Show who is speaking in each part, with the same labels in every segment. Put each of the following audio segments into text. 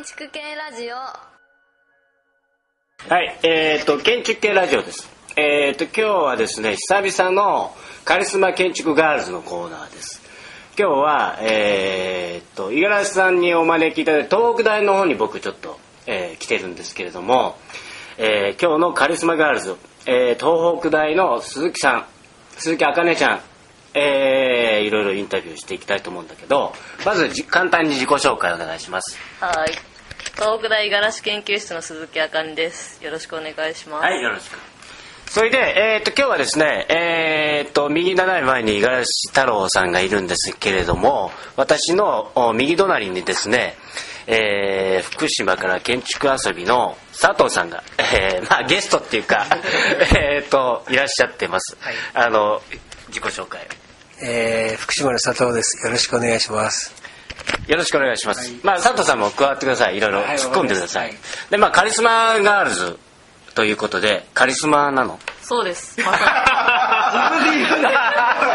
Speaker 1: ラジオ
Speaker 2: はい、えっ、と建築系ラジオです。えっ、と今日はですね久々のカリスマ建築ガールズのコーナーです。今日はえっ、と五十嵐さんにお招きいただいて東北大の方に僕ちょっと、えー来てるんですけれども、えー今日のカリスマガールズ、えー東北大の鈴木さん、鈴木あかねちゃん。えーいろいろインタビューしていきたいと思うんだけどまずじ簡単に自己紹介お願いします
Speaker 3: はい。東北大ガラス研究室の鈴木あかねです。よろしくお願いします。
Speaker 2: はい、よろしく。それで、えー、と今日はですね、えー、と右斜め前に五十嵐太郎さんがいるんですけれども私のお右隣にですね、えー福島から建築遊びの佐藤さんが、えーまあ、ゲストっていうか えーといらっしゃってます、
Speaker 4: はい
Speaker 2: あの自己紹介
Speaker 4: えー、福島の佐藤です。よろしくお願いします。
Speaker 2: よろしくお願いします、
Speaker 4: はい
Speaker 2: まあ、佐藤さんも加わってくださいいろいろ
Speaker 4: はい
Speaker 2: 突っ込んでください、
Speaker 4: わかりま
Speaker 2: でまあカリスマガールズということでカリスマなの
Speaker 3: そ うです。まさ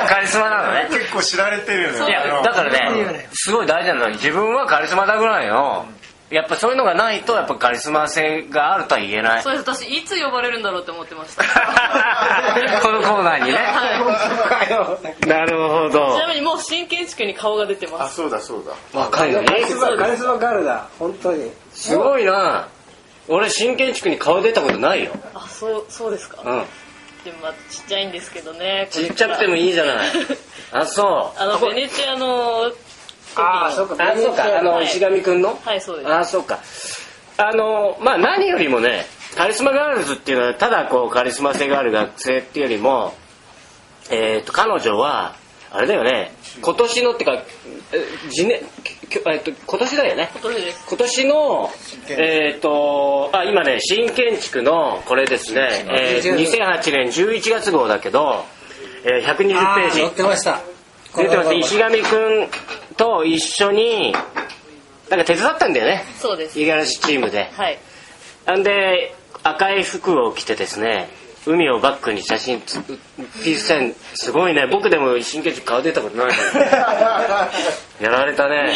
Speaker 2: カリスマなのね
Speaker 5: 結構知られてるよね
Speaker 2: いやだからねすごい大事なのは自分はカリスマだぐらいのやっぱそういうのがないとやっぱカリスマ性があるとは言えな
Speaker 3: に。
Speaker 2: い
Speaker 3: そうです。私、いつ呼ばれるんだろうって思ってま した。
Speaker 2: このコーナーにねなるほど
Speaker 3: ちなみにもう新建築に顔が出てま
Speaker 5: あ
Speaker 3: す。
Speaker 5: そうだそうだ
Speaker 2: 若いよね
Speaker 4: カリスマ、カリスマガールだ。本当に。
Speaker 2: すごいな俺新建築に顔出たことないよ、
Speaker 3: あ、そう、そうです
Speaker 2: う
Speaker 3: か。
Speaker 2: ん、
Speaker 3: でもまあ、ちっちゃいんですけどね。
Speaker 2: ちっちゃくてもいいじゃないあそう
Speaker 3: あの、ベネチアの、
Speaker 4: ああ、そうか。
Speaker 2: あそうかあの
Speaker 3: はい
Speaker 2: 石上くんの
Speaker 3: はい、そうです。
Speaker 2: ああそうかあのまあ何よりもねカリスマガールズっていうのはただこうカリスマ性がある学生っていうよりもえっ、と彼女はあれだよね今年のってかえ次年きょえっと今年だよね
Speaker 3: 今年です。
Speaker 2: 今年のえっ、とあ今ね新建築のこれですね、えー2008年11月号だけど、えー120ページ
Speaker 4: 乗ってました。
Speaker 2: 出てます石上くんと一緒になんか手伝ったんだよね
Speaker 3: そうです。
Speaker 2: 五十嵐チームで
Speaker 3: はい。
Speaker 2: なんで赤い服を着てですね海をバックに写真つピースサインすごいね僕でも神経質顔出たことないからやられたね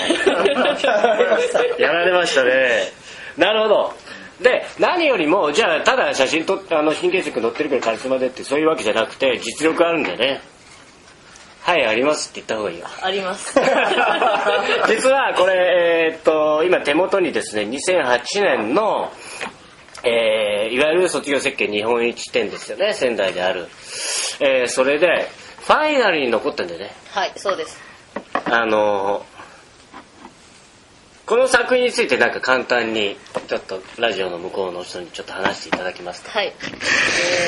Speaker 2: やられましたねなるほどで何よりもじゃあただ写真撮っあの神経質載ってるからカリスマでってそういうわけじゃなくて実力あるんだよねはいありますって言った方がいいよ
Speaker 3: あります。
Speaker 2: 実はこれ、えーっと今手元にですね2008年の、えーいわゆる卒業設計日本一展ですよね仙台である、えーそれでファイナルに残ったんだよね
Speaker 3: はい、そうです。
Speaker 2: あのーこの作品についてなんか簡単にちょっとラジオの向こうの人にちょっと話していただきますか
Speaker 3: はい。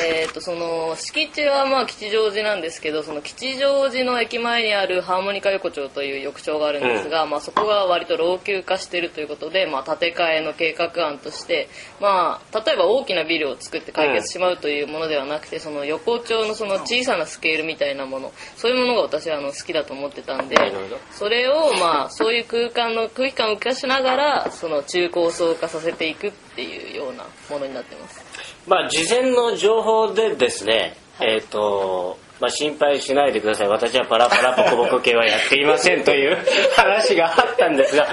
Speaker 3: えー、と、その、敷地はまあ吉祥寺なんですけど、その吉祥寺の駅前にあるハーモニカ横丁という浴場があるんですが、まあそこが割と老朽化しているということで、まあ建て替えの計画案として、まあ、例えば大きなビルを作って解決しまうというものではなくて、その横丁のその小さなスケールみたいなもの、そういうものが私はあの好きだと思ってたんで
Speaker 2: なるほど、
Speaker 3: それをまあそういう空間の空気感を浮かしながら、その中高層化させていくっていうようなものになってます。
Speaker 2: まあ、事前の情報でですね、えっ、と、まあ、心配しないでください。私はパラパラポコポコ系はやっていませんという 話があったんですが、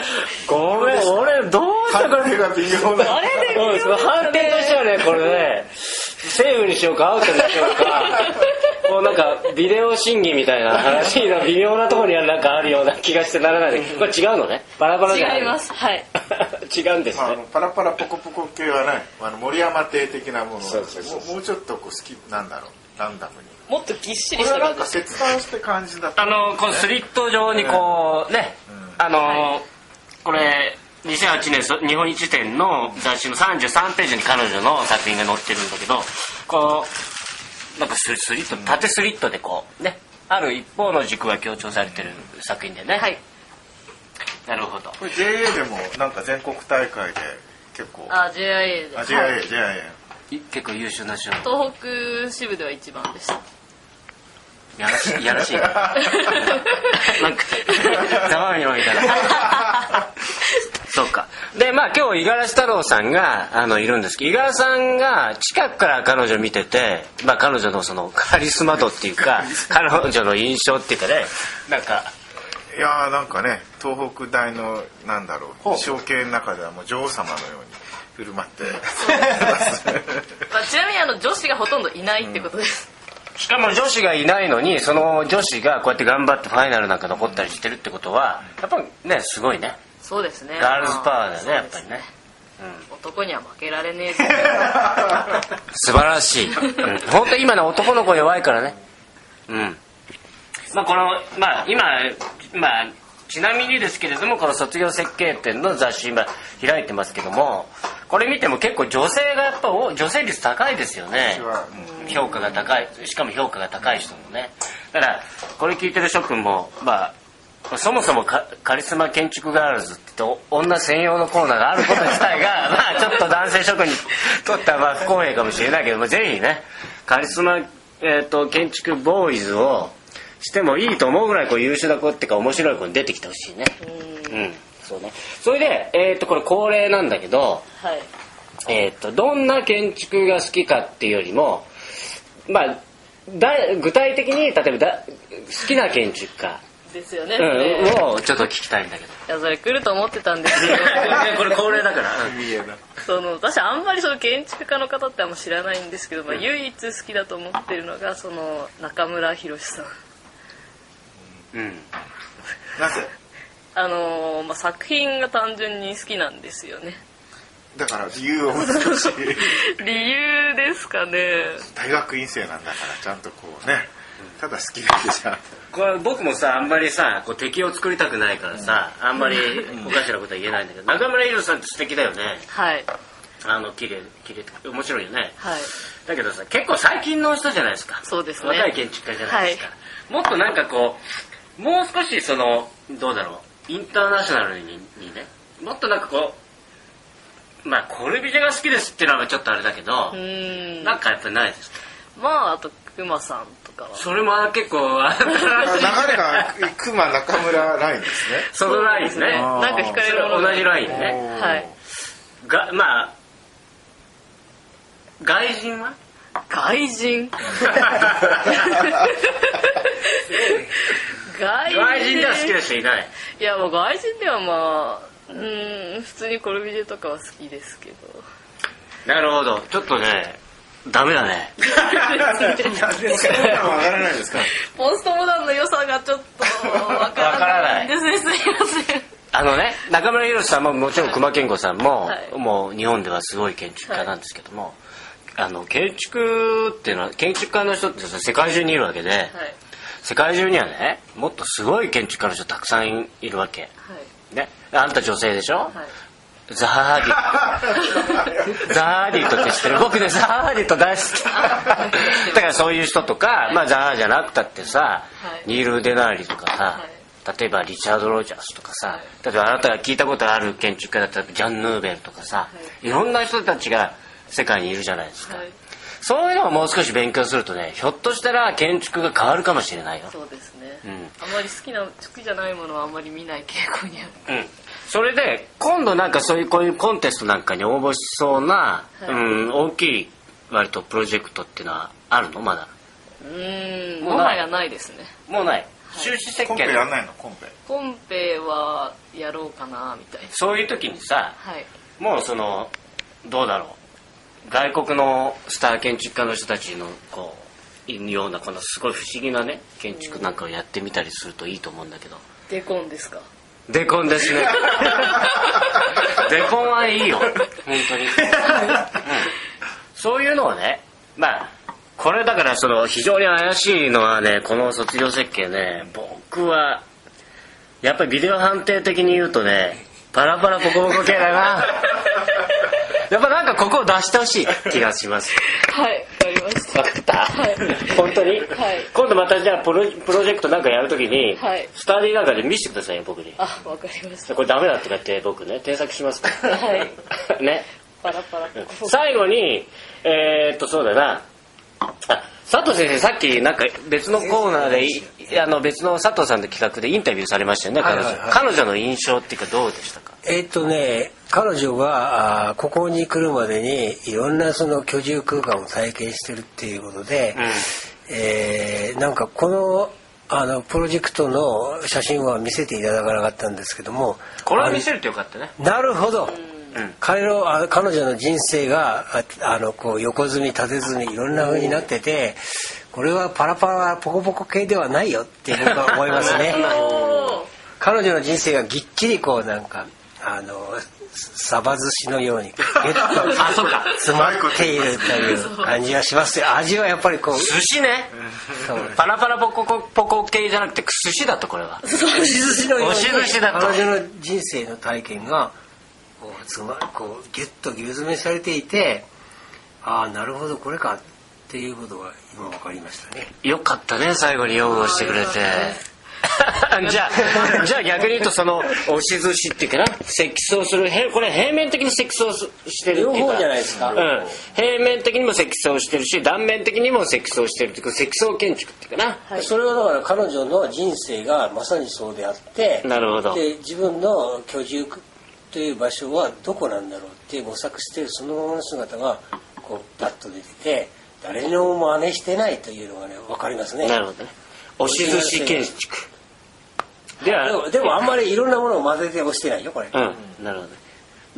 Speaker 2: ごめん、俺、どうしたこれ。
Speaker 5: 判定が微妙な
Speaker 3: あれで
Speaker 2: うん、その判定としてはね、これね、セーフにしようか、アウトにしよう か、こうなんか、ビデオ審議みたいな話の微妙なところにはなんかあるような気がしてならないんだけど、これ違うのね。バラバラじゃ ない。
Speaker 3: 違いま。す。はい。
Speaker 2: 違うんです
Speaker 5: まああ
Speaker 2: ね
Speaker 5: の。パラパラポコポコ系はないあの森山亭的なもの
Speaker 2: そうそうそう
Speaker 5: ももうちょっとこう好きなんだろうランダムに
Speaker 3: もっとぎっしり
Speaker 5: これ
Speaker 3: した感
Speaker 5: はなん
Speaker 3: じ
Speaker 5: か。切断して感じだった
Speaker 2: あのこのスリット状にこうね、あの、これ2008年そ日本一展の雑誌の33ページに彼女の作品が載ってるんだけどこうなんかススリット縦スリットでこうねある一方の軸が強調されてる作品でね、
Speaker 3: はい。
Speaker 2: なるほど
Speaker 5: これ JA でもなんか全国大会で結構あ
Speaker 3: あ、JIA で。
Speaker 5: JA、
Speaker 3: はい
Speaker 5: JA
Speaker 2: い結構優秀な賞
Speaker 3: 東北支部では一番 でした。
Speaker 2: やらし いやらしいななんかざまみろみたいなそうかでまあ今日五十嵐太郎さんがあのいるんですけど五十嵐さんが近くから彼女見てて、まあ、彼女のそのカリスマ度っていうか彼女の印象っていうかねなんか
Speaker 5: いやーなんかね東北大のなんだろ
Speaker 2: ほう
Speaker 5: う象形の中ではもう女王様のように振る舞って
Speaker 3: まあ、ちなみにあの女子がほとんどいないってことです、
Speaker 2: しかも女子がいないのにその女子がこうやって頑張ってファイナルなんか残ったりしてるってことはやっぱねすごいね
Speaker 3: そうですね
Speaker 2: ガールズパワーだよね
Speaker 3: まあ
Speaker 2: やっぱりね
Speaker 3: 男には負けられねえ ぞ
Speaker 2: 素晴らしい、うん、本当に今の男の子弱いからねうんまあこのまあ今まあちなみにですけれどもこの卒業設計展の雑誌今開いてますけどもこれ見ても結構女性がやっぱ多い女性率高いですよね
Speaker 5: 私はもう
Speaker 2: 評価が高いしかも評価が高い人もねだからこれ聞いてる諸君もまあそもそもカカリスマ建築ガールズって言って女専用のコーナーがあること自体が まあちょっと男性諸君にとってはまあ不公平かもしれないけどもぜひねカリスマ、えー、と建築ボーイズをしてもいいと思うぐらいこう優秀な子っていうか面白い子に出てきてほしいねうんそうねそれで、えー、とこれ恒例なんだけど
Speaker 3: はい
Speaker 2: えー、とどんな建築が好きかっていうよりも、まあ、だ具体的に例えばだ好きな建築家、
Speaker 3: ですよね、で
Speaker 2: うん、をちょっと聞きたいんだけど
Speaker 3: いやそれ来ると思ってたんですけど
Speaker 2: これ恒例だから
Speaker 5: 見えな
Speaker 3: その私あんまりその建築家の方ってあんま知らないんですけど、まあ、唯一好きだと思ってるのがその中村博さん
Speaker 2: うん
Speaker 5: なぜ
Speaker 3: あのーまあ、作品が単純に好きなんですよね
Speaker 5: だから理由を難しい
Speaker 3: 理由ですかね
Speaker 5: 大学院生なんだからちゃんとこうねただ好きだけじゃ
Speaker 2: これ僕もさあんまりさこう敵を作りたくないからさ、あんまりおかしなことは言えないんだけど中村宏さんって素敵だよね
Speaker 3: はい
Speaker 2: あの綺麗綺麗って面白いよね
Speaker 3: はい
Speaker 2: だけどさ結構最近の人じゃないですか
Speaker 3: そうですね
Speaker 2: 若い建築家じゃないですか、もっとなんかこうもう少しそのどうだろうインターナショナルににねもっとなんかこうまあコルビジェが好きですっていうのはちょっとあれだけど
Speaker 3: う、ーん
Speaker 2: なんかやっぱないですか
Speaker 3: まああと熊さんとかは
Speaker 2: それも結構あれ
Speaker 5: あ流れが熊中村ラインですね
Speaker 2: そのラインですね
Speaker 5: あー
Speaker 3: なんか惹かれ
Speaker 2: そ
Speaker 3: る
Speaker 2: れ
Speaker 3: も
Speaker 2: は
Speaker 3: のが
Speaker 2: 同じラインね
Speaker 5: おー
Speaker 3: はい
Speaker 2: がまあ外人 は
Speaker 3: 外 人外人
Speaker 2: 外人では好きな人いない
Speaker 3: いやもう外人ではまあうーん普通にコルビジェとかは好きですけど
Speaker 2: なるほどちょっとねダメだね
Speaker 5: そんなのわからないですか
Speaker 3: ポストモダンの良さがちょっとわから ないんですねすいません
Speaker 2: あのね、中村宏さんももちろん熊健吾さんも、
Speaker 3: はい
Speaker 2: もう日本ではすごい建築家なんですけども、あの建築っていうのは建築家の人ってさ世界中にいるわけで、
Speaker 3: はい
Speaker 2: 世界中にはねもっとすごい建築家の人たくさんいるわけ、
Speaker 3: はい
Speaker 2: ね、あんた女性でしょ、
Speaker 3: はい
Speaker 2: ザハーディ ザハーディとって知ってる僕ねザハーディと大好きだからそういう人とか、まあ、ザハーディじゃなくたってさ、
Speaker 3: い
Speaker 2: ニール・デナーリとかさ、
Speaker 3: は
Speaker 2: 例えばリチャード・ロジャースとかさ、
Speaker 3: はい
Speaker 2: 例えばあなたが聞いたことある建築家だったらジャン・ヌーベルとかさ、い、ろんな人たちが世界にいるじゃないですか、
Speaker 3: はい
Speaker 2: そういうのをもう少し勉強するとねひょっとしたら建築が変わるかもしれないよ
Speaker 3: そうですね、
Speaker 2: ん
Speaker 3: あまり好きな好きじゃないものはあまり見ない傾向にある
Speaker 2: うん、それで今度なんかそういうこういうコンテストなんかに応募しそうな、
Speaker 3: はい
Speaker 2: うん、大きい割とプロジェクトっていうのはあるのまだ
Speaker 3: うーん
Speaker 2: もう
Speaker 3: も
Speaker 2: な
Speaker 3: はいやないですね
Speaker 2: もうない収支設
Speaker 5: コンペ
Speaker 2: 計
Speaker 5: やんないのコンペ
Speaker 3: コンペはやろうかなみたいな
Speaker 2: そういう時にさ
Speaker 3: はい
Speaker 2: もうそのどうだろう外国のスター建築家の人たちのこういるようなこのすごい不思議なね建築なんかをやってみたりするといいと思うんだけど
Speaker 3: デコンですか
Speaker 2: デコンです ねデコンはいいよ本当に、うん、そういうのをねまあこれだからその非常に怪しいのはねこの卒業設計ね僕はやっぱりビデオ判定的に言うとねパラパラボコボコ系だなやっぱなんかここを出してほしい気がします
Speaker 3: はいわかりました
Speaker 2: わかった、
Speaker 3: はい
Speaker 2: 本当に、
Speaker 3: はい
Speaker 2: 今度またじゃあプロプロジェクトなんかやるときに、
Speaker 3: はい
Speaker 2: スタディなんかで見せてくださいよ僕に
Speaker 3: あわかりました
Speaker 2: これダメだとか言って僕ね添削します から
Speaker 3: はい
Speaker 2: ね
Speaker 3: パラパラ
Speaker 2: 最後にえーっとそうだなあ佐藤先生さっきなんか別のコーナーでいあの別の佐藤さんの企画でインタビューされましたよね彼女、
Speaker 4: はいはいはい
Speaker 2: 彼女の印象っていうかどうでしたか
Speaker 4: えっとね彼女があーここに来るまでにいろんなその居住空間を体験してるっていうことで、えーなんかこのあのプロジェクトの写真は見せていただかなかったんですけども
Speaker 2: これは見せるとよかったね
Speaker 4: あなるほど、
Speaker 2: うん
Speaker 4: 彼のあ彼女の人生がああのこう横積み縦積みいろんな風になっててこれはパラパラポコポコ系ではないよって僕は思います ね彼女の人生がぎっちりこうなんかあのサバ寿司のようにギュッと
Speaker 2: あそうか
Speaker 4: 詰まっているという感じがしますよ味はやっぱりこう
Speaker 2: 寿司ね
Speaker 4: そう
Speaker 2: パラパラポココポコ系じゃなくて寿司だとこれは
Speaker 4: 押し寿司のように
Speaker 2: 押し寿司だと
Speaker 4: 彼女の人生の体験がこうつまこうギュッと牛詰めされていてああなるほどこれかっていうことが今分かりましたね
Speaker 2: よかったね最後に擁護してくれて じゃ あじゃあ逆に言うとその押し寿司っていうかな積層するへこれ平面的に積層すしてるっていう
Speaker 4: 両
Speaker 2: か
Speaker 4: 方じゃないですか
Speaker 2: うん、平面的にも積層してるし断面的にも積層してるっていうか積層建築っていうかな、
Speaker 3: はい
Speaker 4: それはだから彼女の人生がまさにそうであって
Speaker 2: なるほど
Speaker 4: で自分の居住という場所はどこなんだろうって模索してるそのままの姿がこうバッと出てて誰にも真似してないというのがね分かりますね
Speaker 2: なるほどね押し寿司建築で
Speaker 4: で
Speaker 2: は
Speaker 4: もでもあんまりいろんなものを混ぜて押してないよこれ、
Speaker 2: うんなるほどね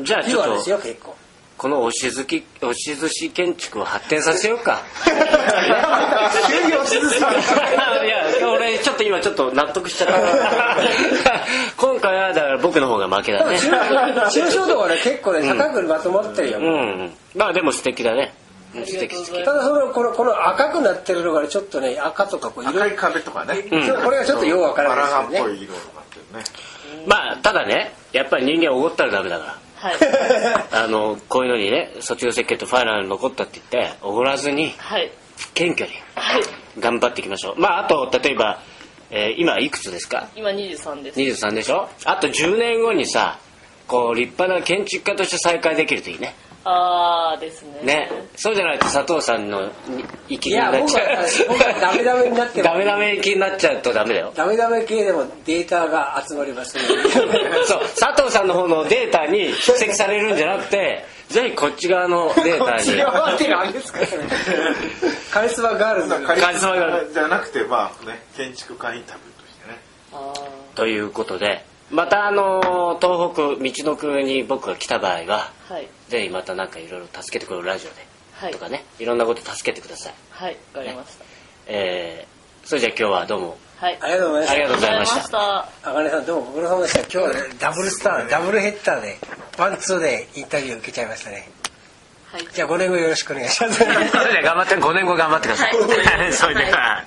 Speaker 2: じゃあ
Speaker 4: ピ
Speaker 2: ち
Speaker 4: ュ
Speaker 2: ょっ
Speaker 4: アですよ
Speaker 2: と
Speaker 4: 結構
Speaker 2: この押し寿司押し寿司建築を発展させようか
Speaker 5: 急に押しずさん
Speaker 2: いや俺ちょっと今ちょっと納得しちゃった今回はだから僕の方が負けだね
Speaker 4: 中中小道はね結構ね高くまとまってるよ、
Speaker 2: うんうんまあでも素敵だねうん素敵素敵
Speaker 4: ただそのこのこの赤くなってるのがねちょっとね赤とかこう色
Speaker 5: 赤
Speaker 4: 々
Speaker 5: い壁とかね
Speaker 4: うんこれがちょっとようわからないですよね
Speaker 5: バランっぽい色とかってね
Speaker 2: まあただねやっぱり人間おごったらダメだから
Speaker 3: はい
Speaker 2: あのこういうのにね卒業設計とファイナル残ったって言っておごらずに
Speaker 3: はい
Speaker 2: 謙虚に
Speaker 3: はい
Speaker 2: 頑張っていきましょうまああと例えば、えー今いくつですか
Speaker 3: 今23です
Speaker 2: 23でしょあと10年後にさこう立派な建築家として再開できるといいね
Speaker 3: ああですね
Speaker 2: ねそうじゃないと佐藤さんの生き
Speaker 4: い
Speaker 2: にな
Speaker 4: や
Speaker 2: っ
Speaker 4: 僕
Speaker 2: ち
Speaker 4: は
Speaker 2: ゃう
Speaker 4: 僕はダメダメになっても
Speaker 2: ダメダメ気になっちゃうとダメだよ
Speaker 4: ダメダメ系でもデータが集まりますね
Speaker 2: そう佐藤さんの方のデータに蓄積されるんじゃなくてぜひこっち側のデータに
Speaker 4: 手があれですからねカリスマガールズが
Speaker 2: カリスマが
Speaker 5: じゃなくてまあね建築家インタビューとしてね
Speaker 3: あ
Speaker 2: ということでまたあの東北みちのくに僕が来た場合は
Speaker 3: あはい
Speaker 2: ぜひまたなんかいろいろ助けてくれるラジオで、
Speaker 3: はい
Speaker 2: とかねいろんなこと助けてください
Speaker 3: はいわかりました
Speaker 2: えー、それじゃあ今日はどう も
Speaker 3: はい
Speaker 4: ありがとうございま
Speaker 2: あり
Speaker 4: し
Speaker 2: がとうございました
Speaker 3: た
Speaker 4: た茜さんどうもご苦労様でした今日はねダブルスターダブルヘッダーでワンツーでインタビュー受けちゃいましたね
Speaker 3: はい
Speaker 4: じゃあ5年後よろしくお願いします
Speaker 2: それでは頑張って5年後頑張ってください、
Speaker 3: はい
Speaker 2: それでは